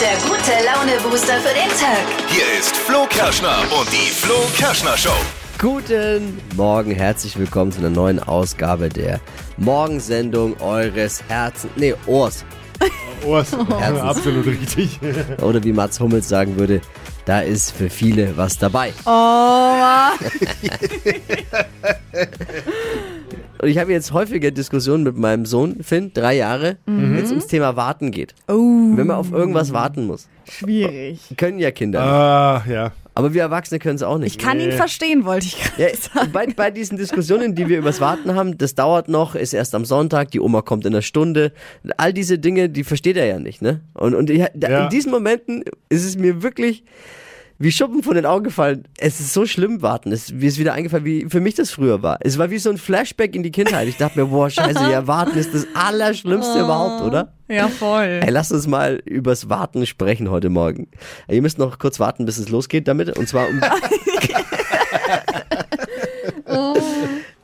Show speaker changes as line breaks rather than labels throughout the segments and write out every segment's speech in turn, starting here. der gute Laune-Booster für den Tag.
Hier ist Flo Kerschner und die Flo Kerschner Show.
Guten Morgen, herzlich willkommen zu einer neuen Ausgabe der Morgensendung eures Herzens, nee, Ohrs.
Urs,
Herzens.
absolut richtig.
Oder wie Mats Hummels sagen würde, da ist für viele was dabei.
Oh.
Und ich habe jetzt häufiger Diskussionen mit meinem Sohn, Finn, drei Jahre,
Mhm.
wenn es ums Thema Warten geht.
Oh.
Wenn man auf irgendwas warten muss.
Schwierig.
Können ja Kinder.
Ah, ja.
Aber wir Erwachsene können es auch nicht.
Äh. Ich kann
Äh.
ihn verstehen, wollte ich gerade
Ja,
sagen.
bei, bei diesen Diskussionen, die wir übers Warten haben, das dauert noch, ist erst am Sonntag, die Oma kommt in einer Stunde. All diese Dinge, die versteht er ja nicht, ne? Und, und ich, da,
Ja.
in diesen Momenten ist es mir wirklich wie Schuppen von den Augen gefallen. Es ist so schlimm, warten. Es, mir ist wieder eingefallen, wie für mich das früher war. Es war wie so ein Flashback in die Kindheit. Ich dachte mir, boah, scheiße, ja, warten ist das Allerschlimmste überhaupt, oder?
Ja, voll.
Ey, lasst uns mal übers Warten sprechen heute Morgen. Ihr müsst noch kurz warten, bis es losgeht damit. Und zwar um.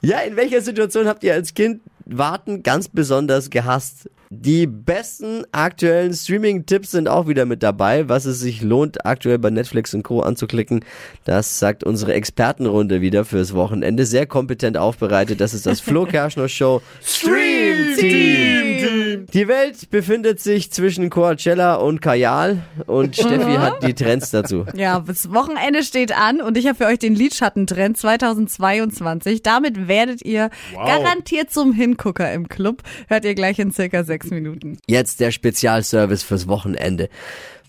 ja, in welcher Situation habt ihr als Kind Warten ganz besonders gehasst? Die besten aktuellen Streaming-Tipps sind auch wieder mit dabei, was es sich lohnt, aktuell bei Netflix und Co. anzuklicken. Das sagt unsere Expertenrunde wieder fürs Wochenende. Sehr kompetent aufbereitet. Das ist das Flo Kerschner Show Stream Team. Die Welt befindet sich zwischen Coachella und Kajal und Steffi hat die Trends dazu.
Ja, das Wochenende steht an und ich habe für euch den Lidschatten-Trend 2022. Damit werdet ihr garantiert zum Hingucker im Club. Hört ihr gleich in circa sechs Minuten.
Jetzt der Spezialservice fürs Wochenende.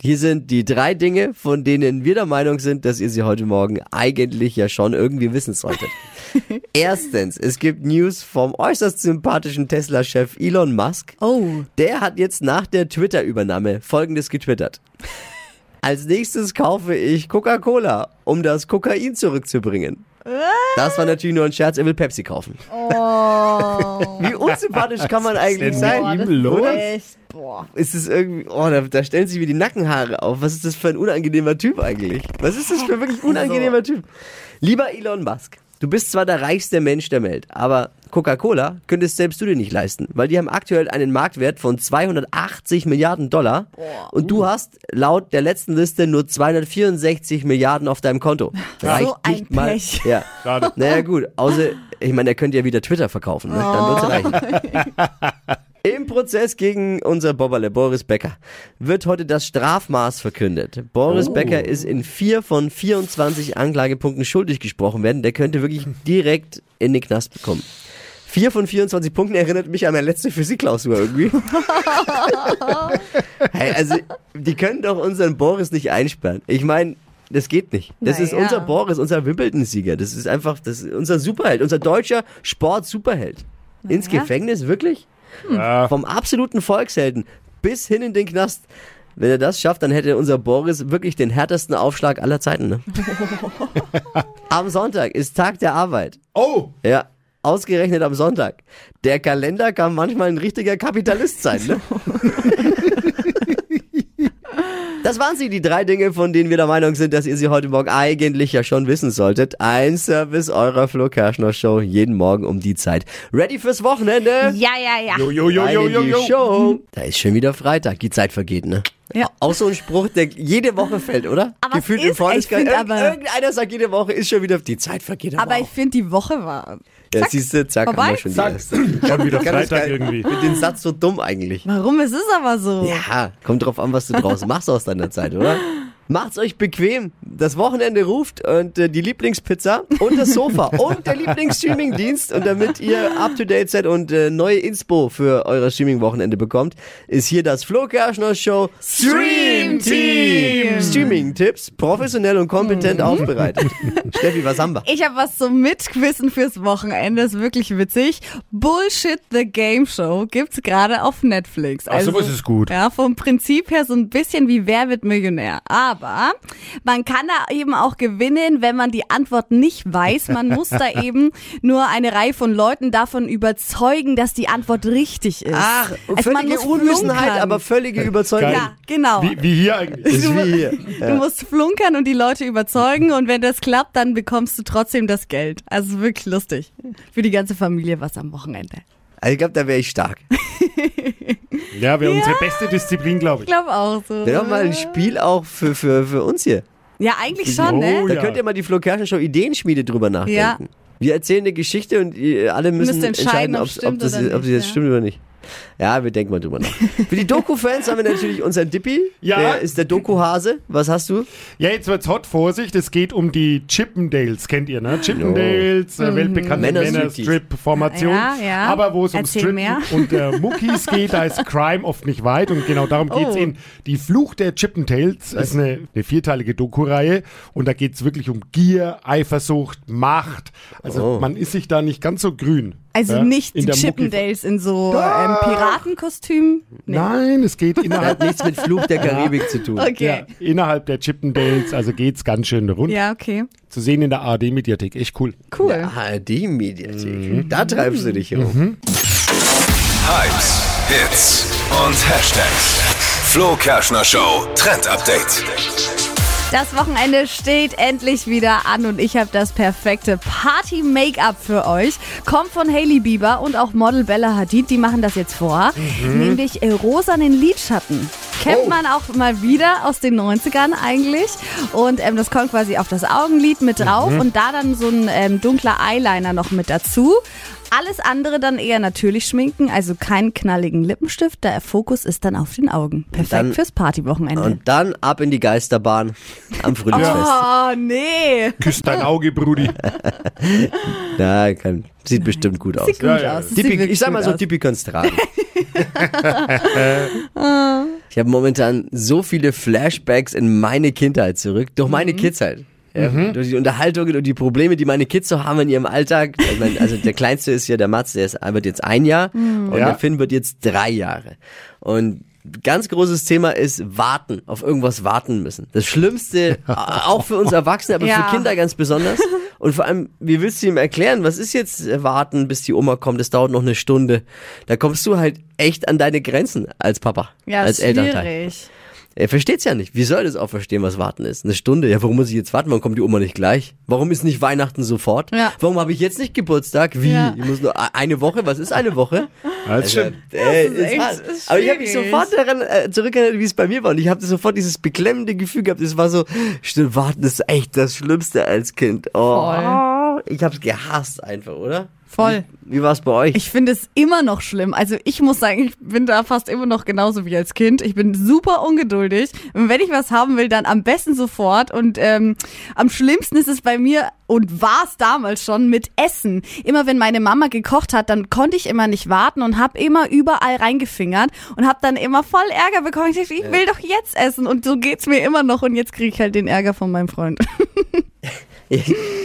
Hier sind die drei Dinge, von denen wir der Meinung sind, dass ihr sie heute Morgen eigentlich ja schon irgendwie wissen solltet. Erstens, es gibt News vom äußerst sympathischen Tesla-Chef Elon Musk.
Oh.
Der hat jetzt nach der Twitter-Übernahme folgendes getwittert. Als nächstes kaufe ich Coca-Cola, um das Kokain zurückzubringen. Das war natürlich nur ein Scherz, er will Pepsi kaufen.
Oh,
Wie unsympathisch kann man eigentlich
denn
sein?
mit ihm los?
Echt? Boah.
Ist es irgendwie, oh, da, da stellen sich mir die Nackenhaare auf. Was ist das für ein unangenehmer Typ eigentlich? Was ist das für ein wirklich unangenehmer Typ? Lieber Elon Musk, du bist zwar der reichste Mensch der Welt, aber Coca-Cola könntest selbst du dir nicht leisten, weil die haben aktuell einen Marktwert von 280 Milliarden Dollar und
uh.
du hast laut der letzten Liste nur 264 Milliarden auf deinem Konto. Reicht
ein
nicht mal.
Pech.
Ja.
Schade.
Naja gut, außer, ich meine, er könnte ja wieder Twitter verkaufen, ne? dann wird's reichen. Im Prozess gegen unser Bobberle Boris Becker wird heute das Strafmaß verkündet. Boris Becker ist in vier von 24 Anklagepunkten schuldig gesprochen werden. Der könnte wirklich direkt in den Knast bekommen. Vier von 24 Punkten erinnert mich an meine letzte Physikklausur irgendwie. hey, also, die können doch unseren Boris nicht einsperren. Ich meine, das geht nicht. Das ist
Naja.
unser Boris, unser Wimbledon-Sieger. Das ist einfach das ist unser Superheld, unser deutscher Sport-Superheld. Ins
Naja. Hm.
Gefängnis, wirklich?
Ja.
Vom absoluten Volkshelden bis hin in den Knast. Wenn er das schafft, dann hätte unser Boris wirklich den härtesten Aufschlag aller Zeiten. Ne? Am Sonntag ist Tag der Arbeit.
Oh,
Ja, ausgerechnet am Sonntag. Der Kalender kann manchmal ein richtiger Kapitalist sein, ne? Das waren sie, die drei Dinge, von denen wir der Meinung sind, dass ihr sie heute Morgen eigentlich ja schon wissen solltet. Ein Service eurer Flo Kerschner Show jeden Morgen um die Zeit. Ready fürs Wochenende?
Ja, ja, ja.
jo, jo, jo,
Rein
jo,
in
jo,
die
jo.
Show. Da ist schon wieder Freitag, die Zeit vergeht, ne?
Mhm. Ja.
Auch so ein Spruch, der jede Woche fällt, oder?
Aber es
Gefühlt
ist-
im Freundeskreis.
ich find
Irgend-
aber-
Irgendeiner sagt jede Woche, ist schon wieder, die Zeit vergeht.
Aber ich finde, die Woche war.
Ja,
Zack.
siehst du, zack,
Vorbei?
haben wir schon die
Zack.
erste.
Schon wieder
Ich kann das
Freitag
gar-
irgendwie.
Mit dem Satz so dumm eigentlich.
Warum? Es ist aber so.
Ja, kommt drauf an, was du draus machst aus deiner Zeit, oder? Macht's euch bequem. Das Wochenende ruft und äh, die Lieblingspizza und das Sofa und der Lieblingsstreamingdienst. Und damit ihr up to date seid und äh, neue Inspo für euer Streaming-Wochenende bekommt, ist hier das Flo Kerschner Show
Stream Team. Mhm.
Streaming-Tipps professionell und kompetent aufbereitet. Steffi, was haben wir?
Ich habe was zum Mitquissen fürs Wochenende, ist wirklich witzig. Bullshit the Game Show gibt's gerade auf Netflix. Also
Ach, sowas ist gut.
Ja, vom Prinzip her so ein bisschen wie Wer wird Millionär. Aber man kann da eben auch gewinnen, wenn man die Antwort nicht weiß. Man muss da eben nur eine Reihe von Leuten davon überzeugen, dass die Antwort richtig ist.
Ach,
Also man
völlige
muss
Unwissenheit,
flunkern.
aber völlige Überzeugung.
Geil.
Ja, genau.
Wie, wie hier eigentlich.
Ist wie äh, hier.
Du musst flunkern und die Leute überzeugen und wenn das klappt, dann bekommst du trotzdem das Geld. Also wirklich lustig. Für die ganze Familie was am Wochenende.
Also ich glaube, da wäre ich stark.
Ja, wäre unsere beste Disziplin, glaube
Ich
ich.
glaube auch so.
Wäre doch mal ein Spiel auch für, für, für uns hier.
Ja, eigentlich schon, ne?
Oh,
Da
ja.
könnt ihr mal die Flo Kerschner Show Ideenschmiede drüber nachdenken.
Ja.
Wir erzählen eine Geschichte und ihr alle müssen
Müsst
entscheiden,
entscheiden, ob
ob's- ob,
stimmt
das,
oder
ob sie
nicht,
jetzt
ja.
stimmt oder nicht. Ja, wir denken mal drüber nach. Für die Doku-Fans haben wir natürlich unseren Dippi.
Ja.
Der ist der Doku-Hase. Was hast du?
Ja, jetzt wird's hot, Vorsicht, es geht um die Chippendales, kennt ihr, ne? Chippendales, äh, weltbekannte
Männer-
Männer-Strip-Formation.
Ja, ja.
Aber wo es um
Erzähl
Strip
mehr.
und äh, Muckis geht, da ist Crime oft nicht weit und genau darum geht's
Oh.
in Die Flucht der Chippendales. Das ist eine, eine vierteilige Doku-Reihe und da geht's wirklich um Gier, Eifersucht, Macht. Also
Oh.
man ist sich da nicht ganz so grün.
Also
ja,
nicht
in
die
der Mucki-
Chippendales in so ähm, Piratenkostüm. Nee.
Nein, es geht innerhalb
Hat nichts mit Fluch der Karibik zu tun.
Okay.
Ja, innerhalb der Chippendales, also geht's ganz schön rund.
Ja, okay.
Zu sehen in der ARD-Mediathek, echt cool.
Cool.
Ah, die Mediathek.
Mhm.
Da treibst du dich herum.
Hypes, Hits und Hashtags. Flo Kerschner Show Trend Update.
Das Wochenende steht endlich wieder an und ich habe das perfekte Party-Make-up für euch. Kommt von Hailey Bieber und auch Model Bella Hadid, die machen das jetzt vor.
Mhm.
Nämlich äh, rosanen Lidschatten.
Oh.
Kennt man auch mal wieder aus den 90ern eigentlich. Und ähm, das kommt quasi auf das Augenlid mit drauf
Mhm.
und da dann so ein ähm, dunkler Eyeliner noch mit dazu. Alles andere dann eher natürlich schminken, also keinen knalligen Lippenstift. Der Fokus ist dann auf den Augen. Perfekt
dann-
fürs Partywochenende.
Und dann ab in die Geisterbahn am Frühlingsfest.
Oh, nee.
Küsst dein Auge, Brudi.
Ja, kann, sieht bestimmt gut aus.
Sieht gut
Ja, ja.
aus. Sieht
Dippi,
wirklich
ich sag mal
gut
so,
aus.
Dippi kann's tragen. ich habe momentan so viele Flashbacks in meine Kindheit zurück, durch meine Kindheit. Ja, Durch die Unterhaltungen und die Probleme, die meine Kids so haben in ihrem Alltag. Ich mein, also der Kleinste ist ja der Mats, der ist, wird jetzt ein Jahr und
Ja.
der Finn wird jetzt drei Jahre. Und ganz großes Thema ist Warten, auf irgendwas warten müssen. Das Schlimmste, auch für uns Erwachsene, aber
Ja.
für Kinder ganz besonders. Und vor allem, wie willst du ihm erklären, was ist jetzt äh, warten, bis die Oma kommt? Das dauert noch eine Stunde. Da kommst du halt echt an deine Grenzen als Papa,
Ja,
als Elternteil.
schwierig.
Er versteht's ja nicht. Wie soll das auch verstehen, was warten ist? Eine Stunde. Ja, warum muss ich jetzt warten? Warum kommt die Oma nicht gleich? Warum ist nicht Weihnachten sofort?
Ja.
Warum habe ich jetzt nicht Geburtstag? Wie?
Ja.
Ich muss nur a- eine Woche? Was ist eine Woche?
Das
Also, äh,
ist
es
echt-
war-
es ist
aber ich habe mich
schwierig.
sofort daran äh, zurückerinnert, wie es bei mir war. Und ich habe sofort dieses beklemmende Gefühl gehabt. Es war so, stimmt, warten ist echt das Schlimmste als Kind. Oh, ich habe es gehasst einfach, oder?
Voll.
Wie war es bei euch?
Ich finde es immer noch schlimm. Also ich muss sagen, ich bin da fast immer noch genauso wie als Kind. Ich bin super ungeduldig. Und wenn ich was haben will, dann am besten sofort. Und ähm, am schlimmsten ist es bei mir und war es damals schon mit Essen. Immer wenn meine Mama gekocht hat, dann konnte ich immer nicht warten und habe immer überall reingefingert und habe dann immer voll Ärger bekommen. Ich dachte, ich will doch jetzt essen. Und so geht's mir immer noch. Und jetzt kriege ich halt den Ärger von meinem Freund.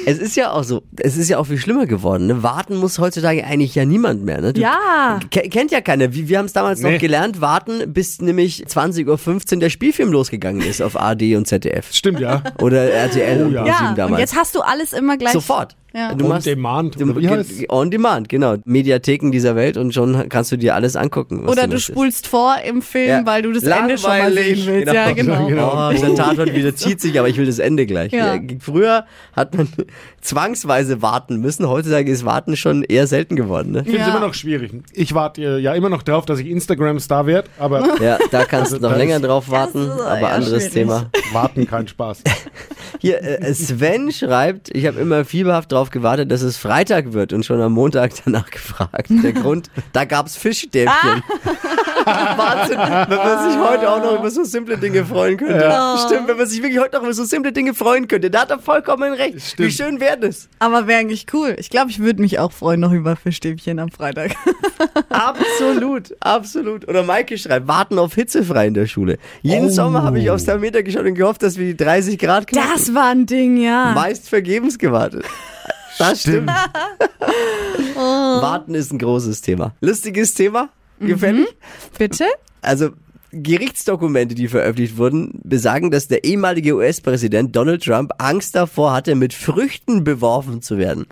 es ist ja auch so, es ist ja auch viel schlimmer geworden. Ne? Warten muss heutzutage eigentlich ja niemand mehr. Ne? Du-
Ja.
Ke- Kennt ja keiner. Wir, wir haben es damals
Nee.
noch gelernt, warten, bis nämlich 20.15 Uhr der Spielfilm losgegangen ist auf ARD und ZDF.
Stimmt, ja.
Oder RTL und
Oh ja.
ProSieben
Ja, und
damals.
jetzt hast du alles immer gleich.
Sofort.
Ja.
Du
On
machst-
demand,
Du,
oder wie
ge-
heißt's?
on demand, genau. Mediatheken dieser Welt und schon kannst du dir alles angucken. Was
Oder
du,
du
möchtest.
spulst vor im Film,
Ja.
weil du das Ende schon mal
Langweilig.
sehen willst. Ja, genau.
Oh, der Tatort wieder zieht sich, aber ich will das Ende gleich.
Ja.
Ja, Früher hat man zwangsweise warten müssen. Heutzutage ist Warten schon eher selten geworden. Ne?
Ich finde es
Ja.
immer noch schwierig. Ich warte äh, ja immer noch drauf, dass ich Instagram-Star werde, aber
Ja, da kannst du noch
das-
länger drauf warten,
Das ist, äh,
aber
ja,
anderes
schwierig.
Thema.
warten kein Spaß.
Hier, äh, Sven schreibt, ich habe immer fieberhaft darauf gewartet, dass es Freitag wird und schon am Montag danach gefragt. Der Grund, da gab's Fischstäbchen.
Ah.
Wahnsinn, wenn man sich heute auch noch über so simple Dinge freuen könnte. Stimmt, wenn man sich wirklich heute noch über so simple Dinge freuen könnte. Da hat er vollkommen recht. Wie
Stimmt.
schön wäre das?
Aber wäre eigentlich cool. Ich glaube, ich würde mich auch freuen noch über Fischstäbchen am Freitag.
Absolut, absolut. Oder Maike schreibt, warten auf hitzefrei in der Schule. Jeden
Oh.
Sommer habe ich aufs Thermometer geschaut und gehofft, dass wir die 30 Grad knacken.
Das war ein Ding, ja.
Meist vergebens gewartet. Das stimmt. Warten ist ein großes Thema. Lustiges Thema, gefällig.
Bitte?
Also Gerichtsdokumente, die veröffentlicht wurden, besagen, dass der ehemalige US-Präsident Donald Trump Angst davor hatte, mit Früchten beworfen zu werden.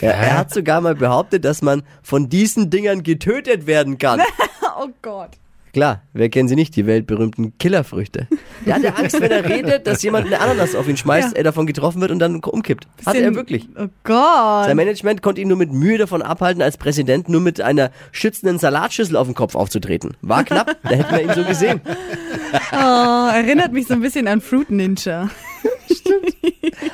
Ja, er hat sogar mal behauptet, dass man von diesen Dingern getötet werden kann.
Oh Gott.
Klar, wer kennt sie nicht, die weltberühmten Killerfrüchte. Der hatte Angst, wenn er redet, dass jemand eine Ananas auf ihn schmeißt,
Ja.
er davon getroffen wird und dann umkippt. Hatte er wirklich.
Oh Gott.
Sein Management konnte ihn nur mit Mühe davon abhalten, als Präsident nur mit einer schützenden Salatschüssel auf den Kopf aufzutreten. War knapp, da hätten wir ihn so gesehen.
Oh, erinnert mich so ein bisschen an Fruit Ninja.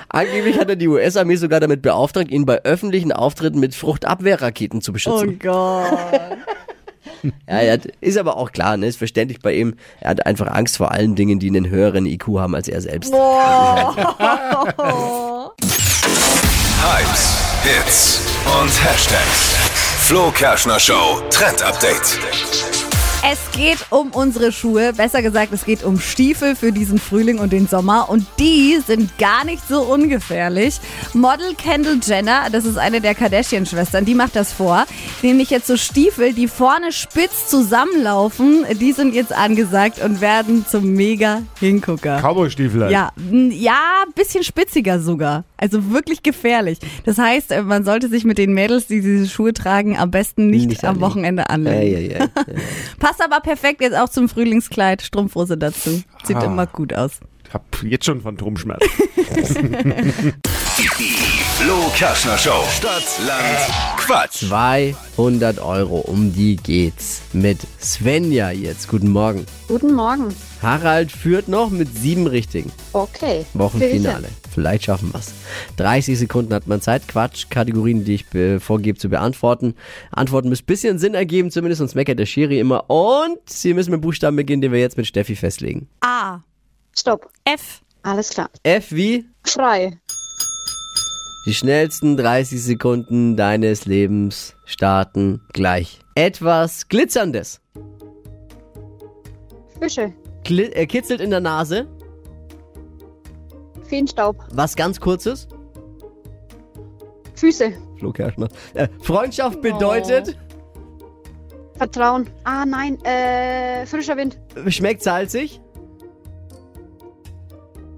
Angeblich hat er die US-Armee sogar damit beauftragt, ihn bei öffentlichen Auftritten mit Fruchtabwehrraketen zu
Oh
beschützen.
Gott.
Ja, er hat, ist aber auch klar, ne? ist verständlich bei ihm. Er hat einfach Angst vor allen Dingen, die einen höheren IQ haben als er selbst.
Hypes, Hits und Hashtags. Flo Kerschner Show Trend Update.
Es geht um unsere Schuhe, besser gesagt, es geht um Stiefel für diesen Frühling und den Sommer und die sind gar nicht so ungefährlich. Model Kendall Jenner, das ist eine der Kardashian-Schwestern, die macht das vor, nämlich jetzt so Stiefel, die vorne spitz zusammenlaufen, die sind jetzt angesagt und werden zum mega Hingucker.
Cowboy-Stiefel. halt.
Ja, n- ja, bisschen spitziger sogar. Also wirklich gefährlich. Das heißt, äh, man sollte sich mit den Mädels, die diese Schuhe tragen, am besten nicht,
Nicht
am
anlegen. Äh,
Wochenende anlegen.
Ei, ei, ei.
Passt aber perfekt jetzt auch zum Frühlingskleid, Strumpfhose dazu. Sieht
Ah.
immer gut aus.
Ich hab jetzt schon Phantomschmerz.
Die Flo Kerschner Show. Stadt, Land, Quatsch.
200 Euro, um die geht's. Mit Svenja jetzt. Guten Morgen.
Guten Morgen.
Harald führt noch mit sieben richtigen.
Okay.
Wochenfinale. Vielleicht schaffen wir's. 30 Sekunden hat man Zeit. Quatsch, Kategorien, die ich äh, vorgebe zu beantworten. Antworten müssen ein bisschen Sinn ergeben, zumindest sonst meckert der Schiri immer. Und Sie müssen mit Buchstaben beginnen, den wir jetzt mit Steffi festlegen.
A.
Stopp.
F.
Alles klar.
F wie
Frei.
die schnellsten 30 Sekunden deines Lebens starten gleich. Etwas Glitzerndes.
Fische.
Gli äh, kitzelt in der Nase.
Feenstaub.
Was ganz kurzes.
Füße.
Flo Kerschner. Äh, Freundschaft bedeutet,
Vertrauen. Ah nein. Äh, frischer Wind.
schmeckt salzig.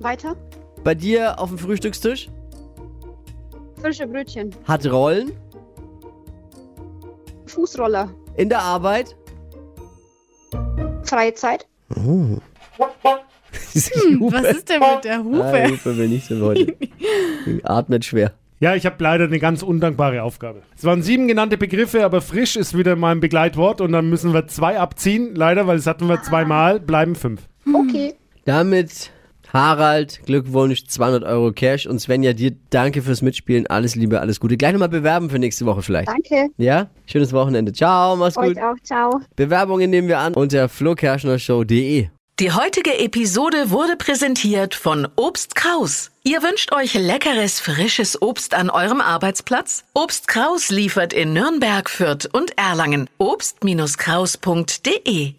Weiter.
Bei dir auf dem Frühstückstisch.
Frische Brötchen.
Hat Rollen.
Fußroller.
In der Arbeit.
Freizeit. Hm,
Was ist denn mit der
Ah,
Hupe?
Hupe will nicht so heute. Atmet schwer.
Ja, ich habe leider eine ganz undankbare Aufgabe. Es waren sieben genannte Begriffe, aber frisch ist wieder mein Begleitwort und dann müssen wir zwei abziehen. Leider, weil das hatten wir zweimal, bleiben fünf.
Okay.
Damit Harald, Glückwunsch, 200 Euro Cash und Svenja, dir danke fürs Mitspielen. Alles Liebe, alles Gute. Gleich nochmal bewerben für nächste Woche vielleicht.
Danke.
Ja? Schönes Wochenende. Ciao, mach's gut.
Euch auch. Ciao.
Bewerbungen nehmen wir an unter flokerschnershow.de.
Die heutige Episode wurde präsentiert von Obst Kraus. Ihr wünscht euch leckeres, frisches Obst an eurem Arbeitsplatz? Obst Kraus liefert in Nürnberg, Fürth und Erlangen. Obst-Kraus.de